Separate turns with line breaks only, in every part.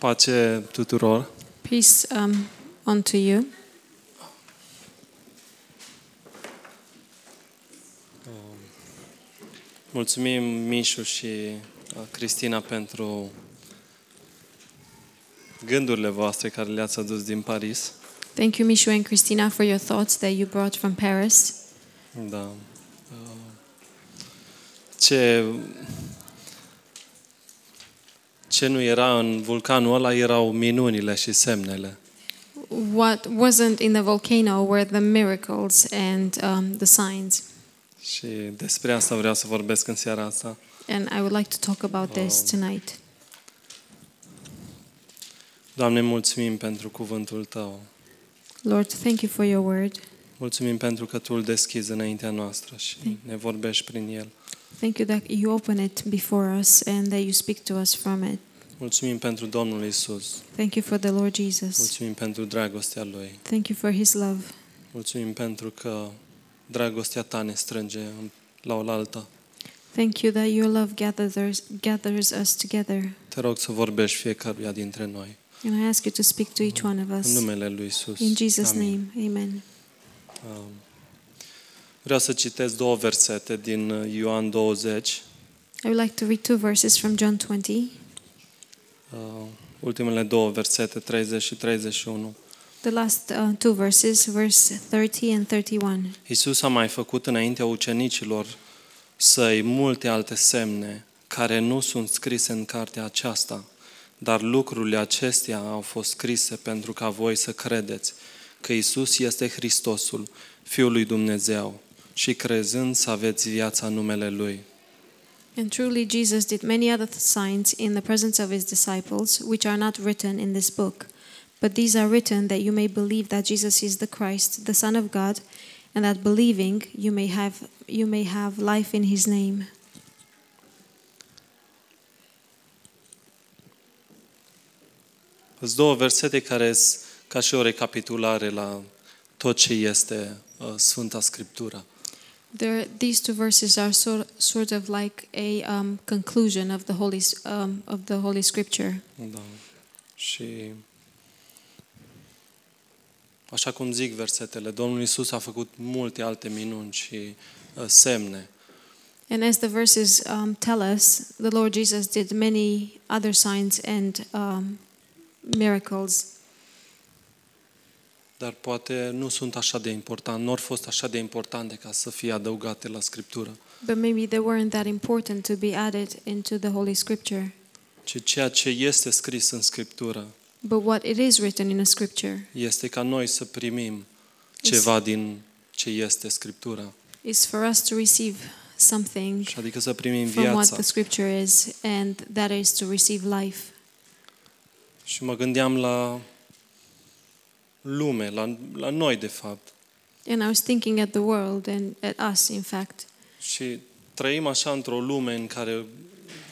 Pace tuturor.
Peace um, unto you.
Mulțumim Mișu și uh, Cristina pentru gândurile voastre care le-ați adus din Paris.
Thank you, Michu and Christina, for your thoughts that you brought from Paris.
Da. Uh, Ce ce nu era în vulcanul ăla erau minunile și semnele.
What wasn't in the volcano were the miracles and um, the signs.
Și despre asta vreau să vorbesc în seara asta.
And I would like to talk about this tonight.
Doamne, mulțumim pentru cuvântul Tău.
Lord, thank you for your word.
Mulțumim pentru că Tu îl deschizi înaintea noastră și ne vorbești prin el.
Thank you that you open it before us and that you speak to us from it.
Mulțumim pentru Domnul Isus.
Thank you for the Lord Jesus.
Mulțumim pentru dragostea Lui.
Thank you for his love.
Mulțumim pentru că dragostea ta ne strânge în- la oaltă.
Thank you that your love gathers, gathers us together.
Te rog să vorbești fiecăruia dintre noi.
And I ask you to speak to each one of
În
us.
numele lui Isus.
In Jesus' name, amen.
Um, Vreau să citesc două versete din uh, Ioan 20,
I would like to read two verses from John 20,
uh, ultimele două versete, 30 și 31.
the last uh, two verses, verse 30 and 31.
Iisus a mai făcut înaintea ucenicilor săi multe alte semne care nu sunt scrise în cartea aceasta, dar lucrurile acestea au fost scrise pentru ca voi să credeți că Iisus este Hristosul, Fiul lui Dumnezeu, și crezând să aveți viața în numele Lui.
And truly, Jesus did many other signs in the presence of his disciples, which are not written in this book. But these are written that you may believe that Jesus is the Christ, the Son of God, and that believing you may have you may have life in his name.
Sunt două versete care sunt ca și o recapitulare la tot ce este uh, Sfânta Scriptură.
There, these two verses are sort, sort of like a um, conclusion of the holy S- um, of the Holy Scripture.
Da. Și așa cum zic versetele, Domnul Isus a făcut multe alte minuni și uh, semne.
And as the verses um, tell us, the Lord Jesus did many other signs and um, miracles,
Dar poate nu sunt așa de important, nu au fost așa de importante ca să fie adăugate la Scriptură.
but maybe they weren't that important to be added into the Holy Scripture.
Ci ceea ce este scris în Scriptură
But what it is written in the Scripture
este ca noi să primim ceva din ce este Scriptura.
is for us to receive something
Și adică să primim
from what
viața.
the Scripture is, and that is to receive life.
Și mă gândeam la lume, la, la noi de fapt.
And I was thinking at the world and at us, in fact.
Și trăim așa într-o lume în care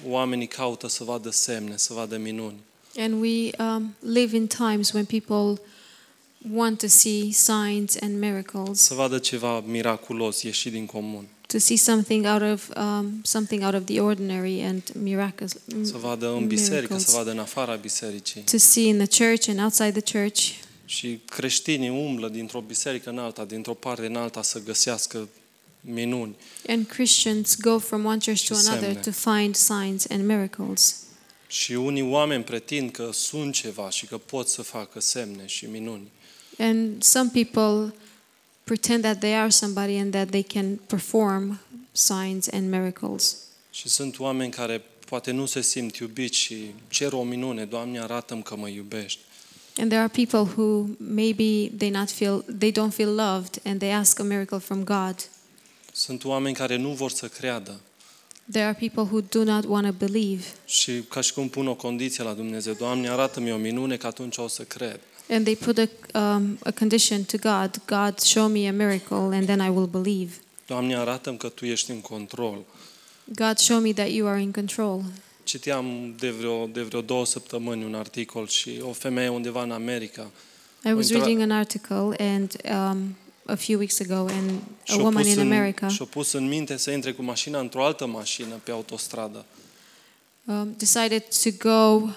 oamenii caută să vadă semne, să vadă minuni.
And we um, live in times when people want to see signs and miracles,
Să vadă ceva miraculos, ieșit din comun.
to see something out of um, something out of the ordinary and miracles,
Să vadă în biserică, să
miracles.
vadă în afara bisericii.
To see in the church and outside the church,
Și creștinii umblă dintr-o biserică în alta, dintr-o parte în alta să găsească minuni.
and Christians go from one church to
Ce
another
semne.
to find signs and miracles.
Și unii oameni pretind că sunt ceva și că pot să facă semne și minuni.
And some people pretend that they are somebody and that they can perform signs and miracles.
Și sunt oameni care poate nu se simt iubiți și cer o minune. Doamne, arată-mi că mă iubești.
And there are people who maybe they not feel they don't feel loved and they ask a miracle from God.
Sunt oameni care nu vor să creadă.
There are people who do not want to believe
Și ca și cum pun o condiție la Dumnezeu, Doamne, arată-mi o minune că atunci o să cred.
and they put a, um, a condition to God. God, show me a miracle and then I will believe.
Doamne, arată-mi că Tu ești în control.
God, show me that you are in control.
Citeam de vreo, de vreo două săptămâni un articol și o femeie undeva în America
I was
Intra-
reading an article and um, a few weeks ago and a
și-o
woman
pus,
in
în,
America
și-o pus în minte să intre cu mașina într-o altă mașină pe autostradă.
um, decided to go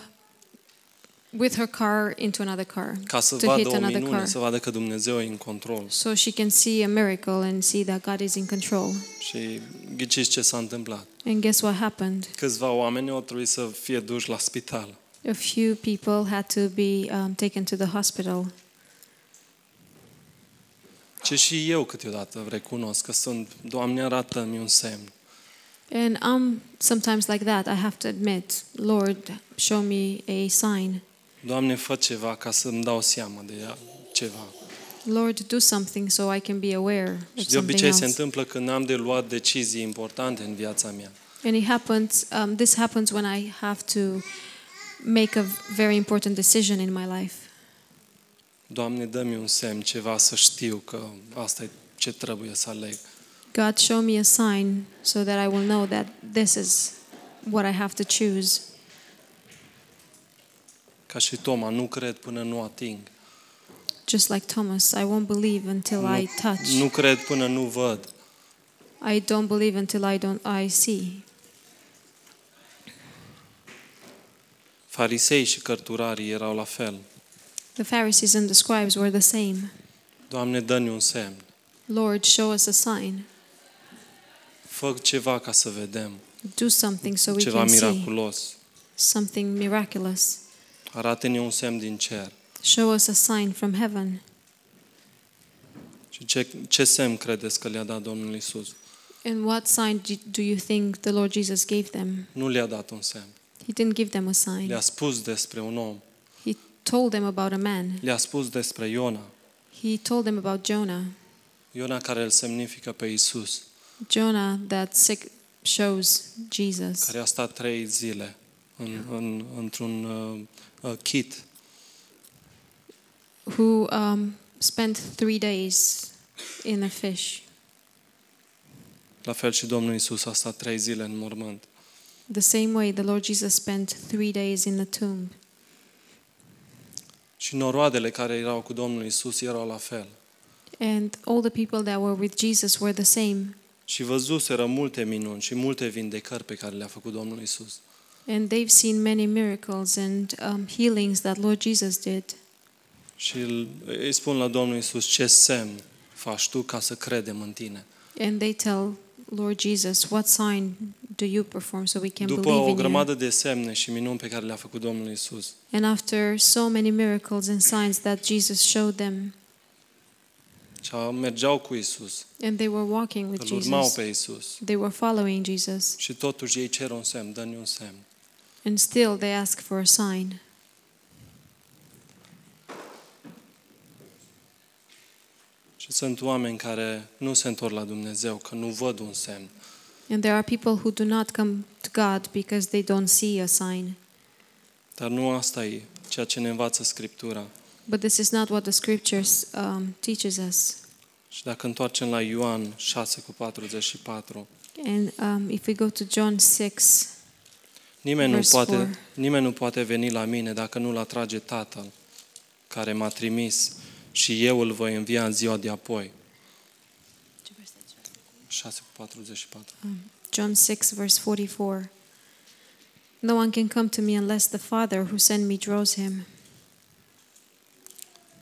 with her car into another car
ca să
to
vadă
hit
o
another
minune,
car.
să vadă că Dumnezeu e în control.
So she can see a miracle and see that God is in control.
Și ghiciți ce s-a întâmplat.
And guess what happened?
Câțiva oameni au trebuit să fie duși la spital.
A few people had to be um, taken to the hospital.
Ce și eu câteodată recunosc că sunt, Doamne, arată-mi un semn.
And I'm sometimes like that, I have to admit. Lord, show me a sign.
Doamne, fă ceva ca să-mi dau seama de ea- ceva.
Lord, do something so I can be aware of
Și de
something
obicei se
else.
întâmplă când am de luat decizii importante în viața mea.
And it happens, um, this happens when I have to make a very important decision in my life.
Doamne, dă-mi un semn, ceva să știu că asta e ce trebuie să aleg.
God, show me a sign so that I will know that this is what I have to choose.
Ca și Toma, nu cred până nu ating.
Just like Thomas, I won't believe until I touch.
Nu cred până nu văd.
I don't believe until I don't I see.
Farisei și cărturarii erau la fel.
The Pharisees and the scribes were the same.
Doamne, dă-ne un semn.
Lord, show us a sign.
Fă ceva ca să vedem.
Do something so we
Ceva
can see
miraculos.
something miraculous.
Arată-ne un semn din cer.
Show us a sign from heaven.
Și ce, ce semn credeți că le-a dat Domnul Isus?
And what sign do- do you think the Lord Jesus gave them?
Nu le-a dat un semn.
He didn't give them a sign.
Le-a spus despre un om.
He told them about a man.
Le-a spus despre Iona.
He told them about Jonah.
Iona care îl semnifică pe Isus,
Jonah that sig- shows Jesus,
care a stat trei zile în, în, într-un uh, uh, chit
who um, spent three days in a fish.
La fel și Domnul Isus a stat trei zile în mormânt.
The same way the Lord Jesus spent three days in the tomb.
Și noroadele care erau cu Domnul Isus erau la fel.
And all the people that were with Jesus were the same.
Și văzuseră multe minuni și multe vindecări pe care le-a făcut Domnul Isus.
And they've seen many miracles and um, healings that Lord Jesus did.
Și îl- îi spun la Domnul Isus ce semn faci tu ca să credem în tine.
And they tell Lord Jesus, What sign do you perform so we can
După o
believe in you?
grămadă de semne și minuni pe care le-a făcut Domnul Isus,
And after so many miracles and signs that Jesus showed them,
și a- mergeau cu Isus,
and they were walking with
îl urmau
Jesus,
pe Isus.
they were following Jesus,
Și totuși ei cer un semn, dă-ne un semn.
and still they ask for a sign.
Și sunt oameni care nu se întorc la Dumnezeu, că nu văd un semn.
And there are people who do not come to God because they don't see a sign.
Dar nu asta e ceea ce ne învață Scriptura.
But this is not what the scriptures um, teaches us.
Și dacă întoarcem la Ioan 6 cu 44,
And um, if we go to John 6,
nimeni nu,
Verse four.
poate, nimeni nu poate veni la mine dacă nu-l atrage Tatăl care m-a trimis și eu îl voi învia în ziua de apoi. 6 cu 44.
John 6, verse 44, no one can come to me unless the Father who sent me draws him.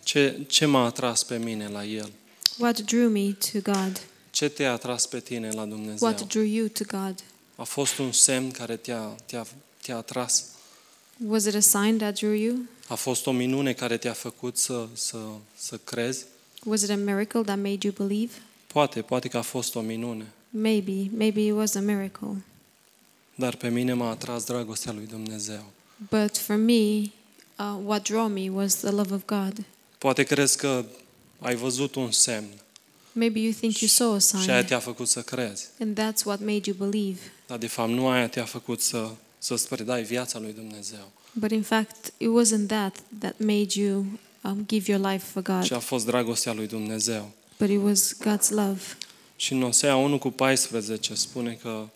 Ce, ce m-a atras pe mine la El?
What drew me to God?
Ce te-a atras pe tine la Dumnezeu?
What drew you to God?
A fost un semn care te-a, te-a, te-a atras?
Was it a sign that drew you?
A fost o minune care te-a făcut să, să, să crezi?
Was it a miracle that made you believe?
Poate, poate că a fost o minune.
Maybe, maybe it was a miracle.
Dar pe mine m-a atras dragostea lui Dumnezeu.
But for me, uh, what drew me was the love of God.
Poate crezi că ai văzut un semn
Maybe you think you saw a
și aia
sign,
te-a făcut să crezi.
and that's what made you believe.
Dar de fapt nu aia te-a făcut să, să-ți predai viața lui Dumnezeu.
But in fact, it wasn't that that made you um, give your life for God,
Și a fost dragostea lui Dumnezeu.
but it was God's love.
Și în Osea 1 cu 14 spune că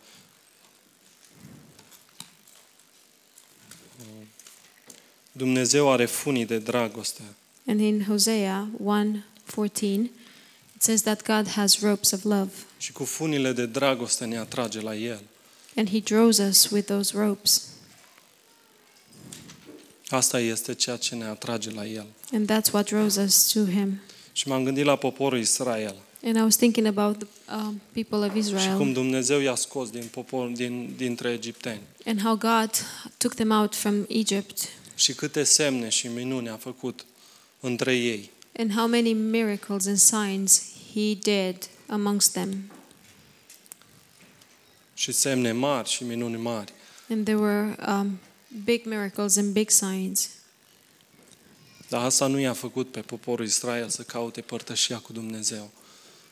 Dumnezeu are funii de dragoste
And in Hosea 1:14, it says that God has ropes of love,
și cu funile de dragoste ne atrage la El.
and He draws us with those ropes.
Asta este ceea ce ne atrage la El.
And that's what draws us to him.
Și m-am gândit la poporul Israel
And I was thinking about the um, people of
și cum
Israel
Dumnezeu i-a scos din popor, din, dintre egipteni
and how God took them out from Egypt
și câte semne și minuni a făcut între ei.
and how many miracles and signs he did amongst them.
Și semne mari și minuni mari.
And there were um, big miracles and big signs.
Dar asta nu i-a făcut pe poporul Israel să caute părtășia cu Dumnezeu.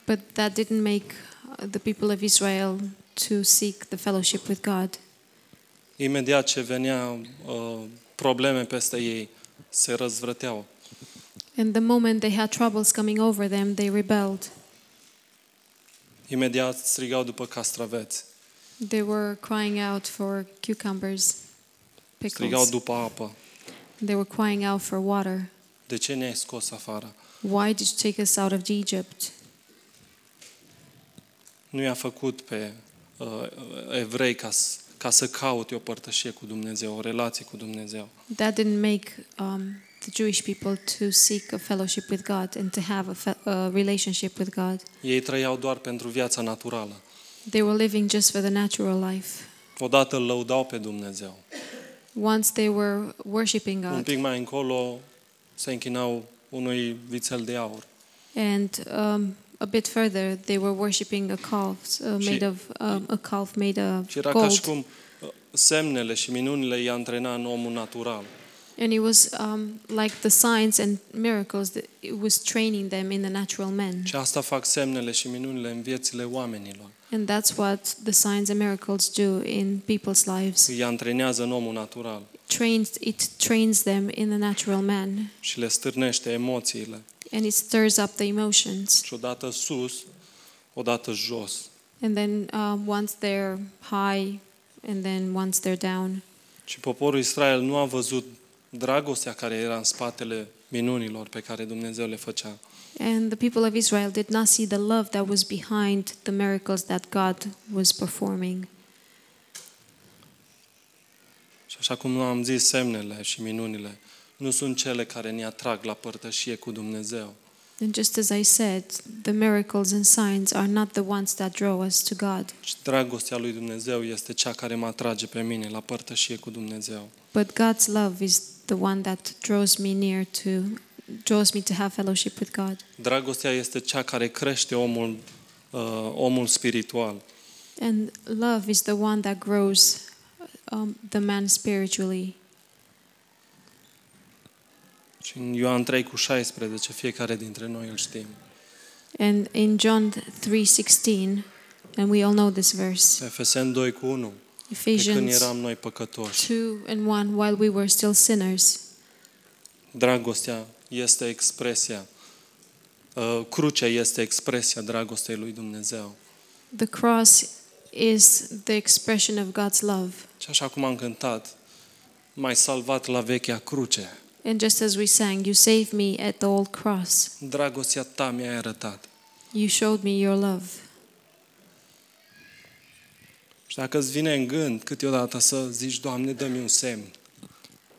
But that didn't make uh, the people of Israel to seek the fellowship with God.
Imediat ce venea uh, probleme peste ei, se răzvrăteau.
And the moment they had troubles coming over them, they rebelled.
Imediat strigau după castraveți,
They were crying out for cucumbers,
strigau
pickles.
după apă.
They were crying out for water.
De ce ne-ai scos afară?
Why did you take us out of Egypt?
Nu i-a făcut pe uh, evrei ca, s- ca să caute o părtășie cu Dumnezeu, o relație cu Dumnezeu.
That didn't make um, the Jewish people to seek a fellowship with God and to have a, fe- a relationship with God.
Ei trăiau doar pentru viața naturală.
They were living just for the natural life.
Odată îl lăudau pe Dumnezeu.
Once they were worshiping
Un
God,
pic mai încolo se închinau unui vițel de aur.
and um, a bit further, they were worshiping a calf uh, made
Și-
of um, a calf made of
Și era ca și
gold,
cum uh, semnele și minunile i-a antrena în omul natural.
and it was um, like the signs and miracles that it was training them in the natural men,
Și asta fac semnele și minunile în viețile oamenilor.
and that's what the signs and miracles do in people's lives.
Îi antrenează în omul natural
Trains it trains them in the natural man,
și le stârnește emoțiile.
and it stirs up the emotions,
Și odată sus, odată jos.
and then uh, once they're high, and then once they're down.
Și poporul Israel nu a văzut dragostea care era în spatele minunilor pe care Dumnezeu le făcea.
And the people of Israel did not see the love that was behind the miracles that God was performing.
Și așa cum am zis, semnele și minunile nu sunt cele care ne atrag la părtășie cu Dumnezeu.
And just as I said, the miracles and signs are not the ones that draw us to God,
Și dragostea lui Dumnezeu este cea care mă atrage pe mine la părtășie cu Dumnezeu.
but God's love is the one that draws me near to draws me to have fellowship with God.
Dragostea este cea care crește omul, uh, omul spiritual.
And love is the one that grows um, the man spiritually.
Și în Ioan 3 cu 16, fiecare dintre noi îl știm.
And in John 3:16, and we all know this verse,
Efeseni 2 cu 1, pe când
Ephesians
eram noi păcătoși.
2 and 1 while we were still sinners.
Dragostea este expresia, uh, crucea este expresia dragostei lui Dumnezeu.
The cross is the expression of God's love.
Și așa cum am cântat, mai salvat la vechea cruce,
And just as we sang, You saved me at the old cross.
dragostea ta mi-ai arătat.
You showed me your love.
Și dacă îți vine în gând câteodată să zici, Doamne, dă-mi un semn,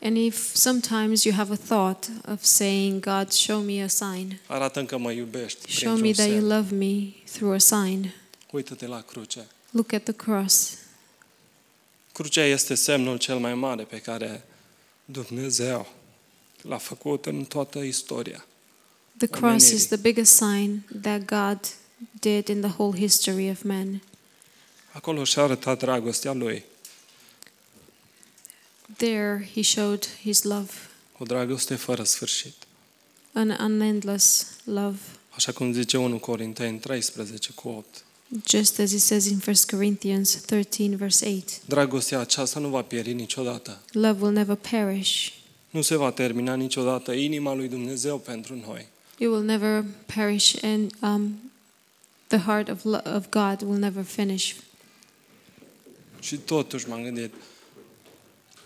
And if sometimes you have a thought of saying, God, show me a sign,
arată că mă iubești
show me
printr-un
that you
semn.
love me through a sign,
Uită-te la cruce.
look at the cross.
Crucea este semnul cel mai mare pe care Dumnezeu l-a făcut în toată istoria.
The cross
Omenirii.
is the biggest sign that God did in the whole history of man.
Acolo și-a arătat dragostea lui.
There he showed his love,
O dragoste fără sfârșit.
an unendless love,
Așa cum zice 1 Corinteni 13 cu 8.
just as it says in 1 Corinthians 13, verse 8.
Dragostea aceasta nu va pieri niciodată.
Love will never perish.
Nu se va termina niciodată inima lui Dumnezeu pentru noi.
It will never perish, and um, the heart of, lo- of God will never finish.
Și totuși m-am gândit,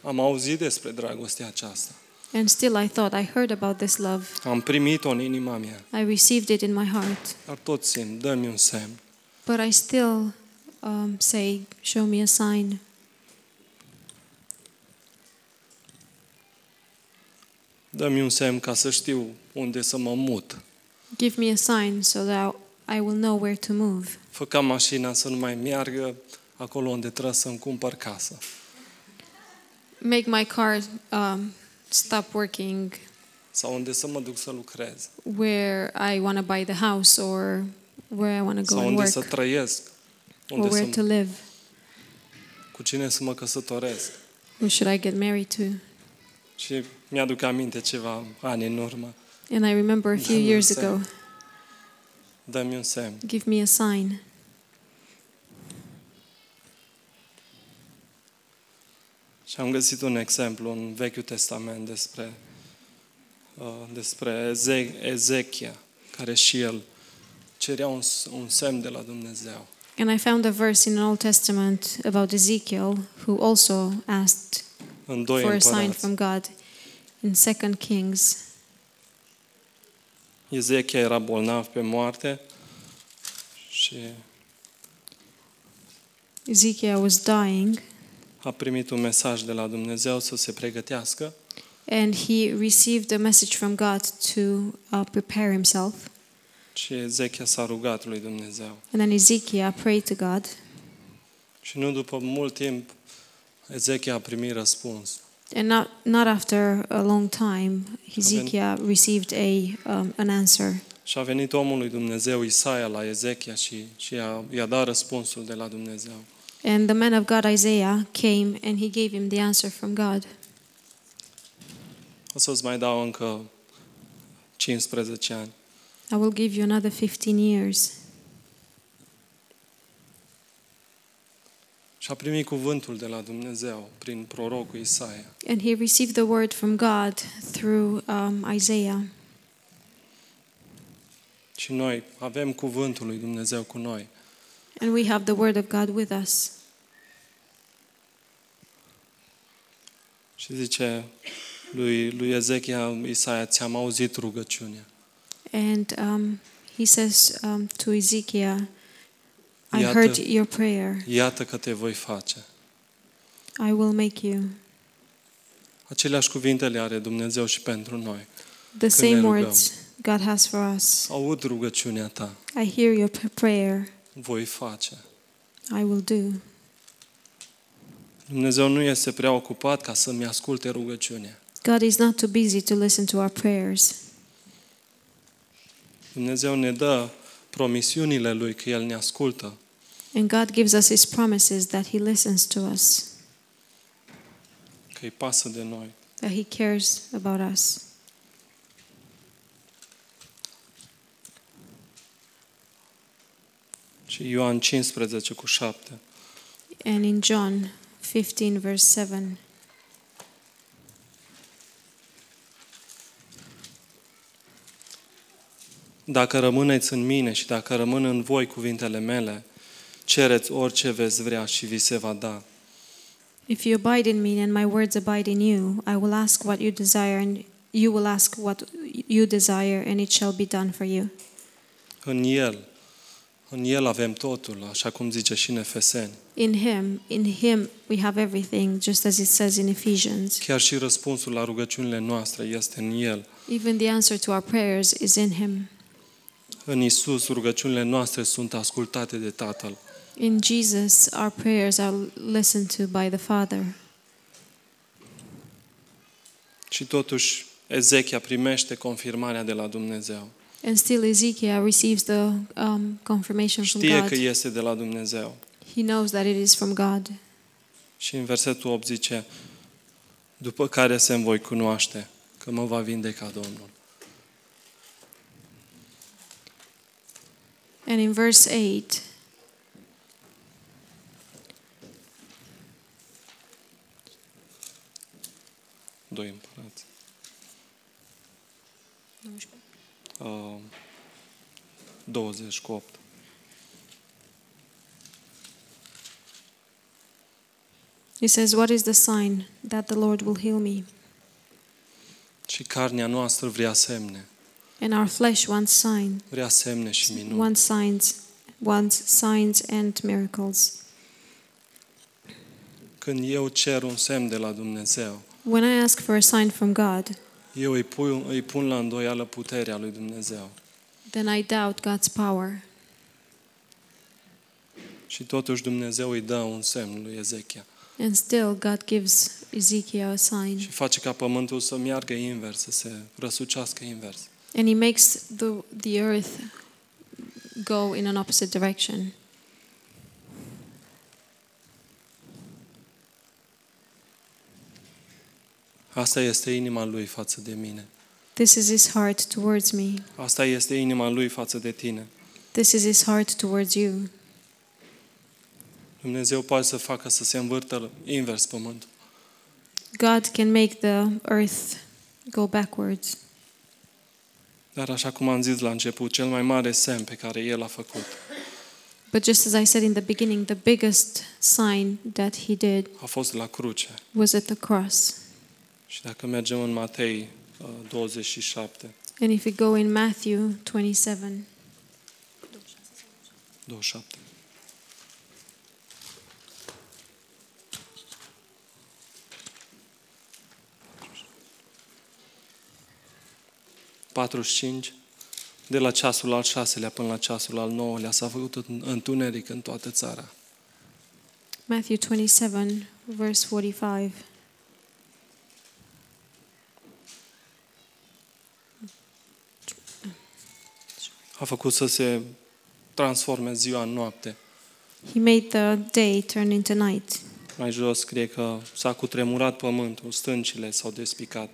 am auzit despre dragostea aceasta.
And still, I thought I heard about this love.
Am primit-o în inima mea.
I received it in my heart.
Dar tot simt, dă-mi un semn.
But I still um, say, Show me a sign.
Dă-mi un semn ca să știu unde să mă mut.
Give me a sign so that I will know where to move.
Făcam mașina să nu mai meargă acolo unde trebuie să-mi cumpăr casă.
Make my car um, stop working
Sau unde să mă duc să lucrez.
where I want to buy the house or where I want to go
sau
and
unde să
work
trăiesc.
or
Unde
where
să,
to live.
cu cine să mă căsătoresc.
Who should I get married to?
Și mi-aduc aminte ceva ani în urmă.
And I remember a few
Dă-mi un
years
semn.
ago,
Dă-mi un semn.
give me a sign.
Și am găsit un exemplu în Vechiul Testament despre, uh, despre Eze- Ezechia, care și el cerea un, s- un semn de la Dumnezeu.
And I found a verse in an Old Testament about Ezekiel who also asked
În 2
for a sign
împărați.
from God in 2 Kings.
Ezechia era bolnav pe moarte și
Ezekiel was dying
a primit un mesaj de la Dumnezeu să se pregătească
and he received a message from God to uh, prepare himself.
și Ezechia s-a rugat lui Dumnezeu.
And then Ezekiel prayed to God.
Și nu după mult timp Ezechia a primit răspuns.
And not, not after a long time, Ezekiel received a, um, an answer.
Și a venit omul lui Dumnezeu, Isaia, la Ezechia și, și i-a, i-a dat răspunsul de la Dumnezeu.
And the man of God, Isaiah, came and he gave him the answer from God.
O să-ți mai dau încă 15 ani.
I will give you another 15 years.
Și a primit cuvântul de la Dumnezeu prin prorocul Isaia.
And he received the word from God through um, Isaiah.
Și noi avem cuvântul lui Dumnezeu cu noi.
And we have the word of God with us.
Și zice lui, lui Ezechia, Isaia, ți-am auzit rugăciunea.
And um, he says um, to Ezekiel, I
Iată.
heard your prayer.
Iată că te voi face.
I will make you.
Aceleași cuvinte le are Dumnezeu și pentru noi.
The
Când ne
same
rugăm.
words God has for us.
Aud rugăciunea ta,
I hear your p- prayer.
voi face.
I will do.
Dumnezeu nu este prea ocupat ca să-mi asculte rugăciunea.
God is not too busy to listen to our prayers.
Dumnezeu ne dă promisiunile Lui că El ne ascultă.
And God gives us His promises that He listens to us,
că îi pasă de noi.
that He cares about us.
Și Ioan 15 cu 7.
And in John 15, verse 7,
Dacă rămâneți în mine și dacă rămân în voi cuvintele mele, cereți orice veți vrea și vi se va da.
If you abide in me and my words abide in you, I will ask what you desire, and you will ask what you desire, and it shall be done for you.
În El, în El avem totul, așa cum zice și în Efeseni.
In Him, in Him we have everything, just as it says in Ephesians.
Chiar și răspunsul la rugăciunile noastre este în El.
Even the answer to our prayers is in Him.
În Isus, rugăciunile noastre sunt ascultate de Tatăl.
In Jesus, our prayers are listened to by the Father.
Și totuși, Ezechia primește confirmarea de la Dumnezeu.
And still, Ezekiel receives the um, confirmation from
Știe
God.
că este de la Dumnezeu.
He knows that it is from God.
Și în versetul 8 zice, după care se voi cunoaște că mă va vindeca Domnul.
And in verse 8,
Doi împărați. Uh, 20 cu 8.
he says, What is the sign that the Lord will heal me?
Și carnea noastră vrea semne.
And our flesh wants sign,
Vrea semne și minuni.
wants signs, wants signs and miracles.
Când eu cer un semn de la Dumnezeu,
When I ask for a sign from God,
eu îi pun, îi pun la îndoială puterea lui Dumnezeu.
then I doubt God's power.
Și totuși Dumnezeu îi dă un semn lui Ezechia
And still, God gives Ezekiel a sign.
și face ca pământul să meargă invers, să se răsucească invers.
And he makes the, the earth go in an opposite direction.
Asta este inima lui față de mine.
This is his heart towards me.
Asta este inima lui față de tine.
This is his heart towards you.
Dumnezeu poate să facă să se învârtă invers pământul.
God can make the earth go backwards.
Dar așa cum am zis la început, cel mai mare semn pe care El a făcut
But just as I said in the beginning, the biggest sign that he did
a fost la cruce.
was at the cross.
Și dacă mergem în Matei uh, 27,
And if we go in Matthew 27,
27. ...45, de la ceasul al șaselea până la ceasul al nouălea s-a făcut în- întuneric în toată țara.
Matthew 27, verse 45.
A făcut să se transforme ziua în noapte.
He made the day turn into night.
Mai jos scrie că s-a cutremurat pământul, stâncile s-au despicat.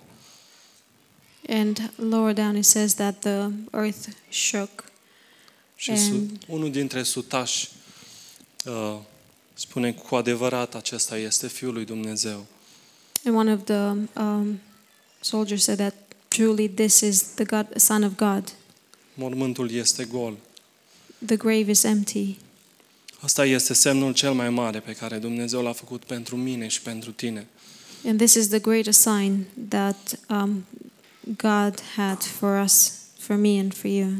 And lower down it says that the earth shook.
Și
Em.
su- unul dintre sutași uh, spune cu adevărat acesta este Fiul lui Dumnezeu.
And one of the um, soldiers said that truly this is the God, Son of God.
Mormântul este gol.
The grave is empty.
Asta este semnul cel mai mare pe care Dumnezeu l-a făcut pentru mine și pentru tine.
And this is the greatest sign that um, God had for us, for me, and for you.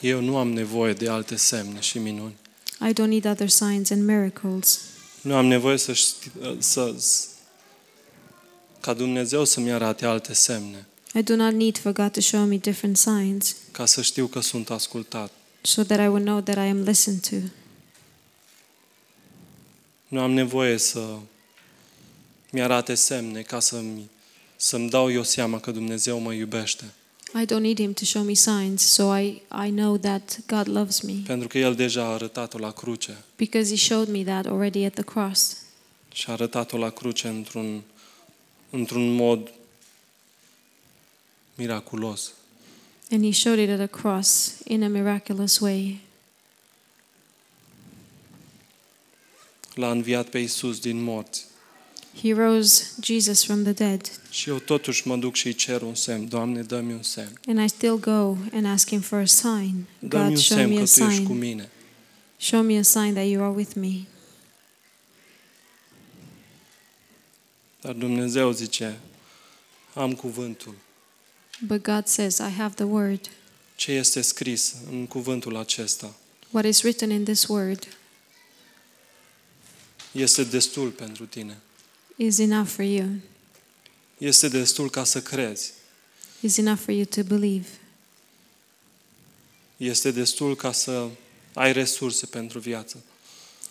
Eu nu am nevoie de alte semne și minuni.
I don't need other signs and miracles.
Nu am nevoie să, ști, uh, să ca Dumnezeu să-mi arate alte semne,
I do not need for God to show me different signs
ca să știu că sunt ascultat.
so that I will know that I am listened to.
Nu am nevoie să mi-arate semne ca să-mi, să-mi dau eu seama că Dumnezeu mă iubește.
I don't need Him to show me signs so I, I know that God loves me
Pentru că El deja a arătat-o la cruce.
because He showed me that already at the cross.
Și a arătat-o la cruce într-un, într-un mod miraculos.
And He showed it at the cross in a miraculous way.
L-a înviat pe Iisus din morți.
He rose Jesus from the dead.
Și eu totuși mă duc și îi cer un semn. Doamne, dă-mi un semn.
And I still go and ask Him for a sign.
Dă-mi un
God, show
semn
me
că
a
Tu ești cu
sign.
mine.
Show me a sign that you are with me.
Dar Dumnezeu zice, am cuvântul.
But God says, I have the word.
Ce este scris în cuvântul acesta
What is written in this word
este destul pentru tine.
is enough for you,
Este destul ca să crezi.
is enough for you to believe,
Este destul ca să ai resurse pentru viață.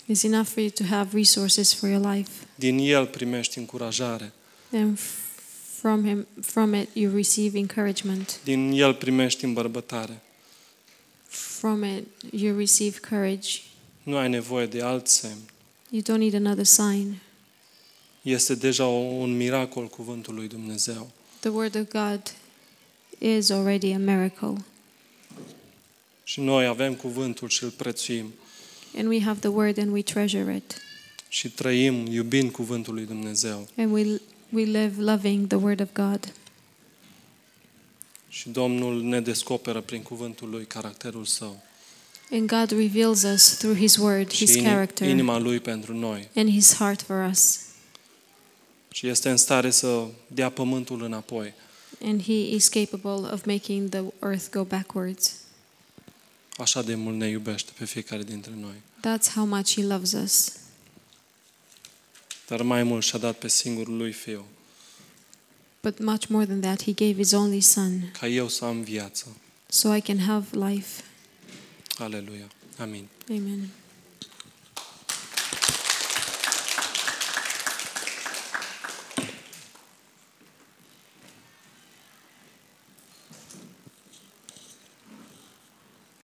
is enough for you to have resources for your life.
Din el primești încurajare.
And f- from him from it you receive encouragement.
Din el primești îmbărbătare.
From it you receive courage.
Nu ai nevoie de alt semn.
You don't need another sign.
Este deja o- un miracol cuvântul lui Dumnezeu.
The word of God is already a miracle.
Și noi avem cuvântul și îl prețuim
And we have the word and we treasure it.
și trăim iubind cuvântul lui Dumnezeu.
And we we live loving the word of God.
Și Domnul ne descoperă prin cuvântul lui caracterul său
And God reveals us through His Word, His
și
character,
ini- inima lui pentru noi.
and His heart for us.
Și este în stare să dea pământul înapoi.
And He is capable of making the earth go backwards.
Așa de mult ne iubește pe fiecare dintre noi.
That's how much He loves us.
dar mai mult și-a dat pe singurul lui Fiu,
But much more than that, he gave his only son
ca eu să am viață.
so I can have life.
Aleluia. Amin.
Amen.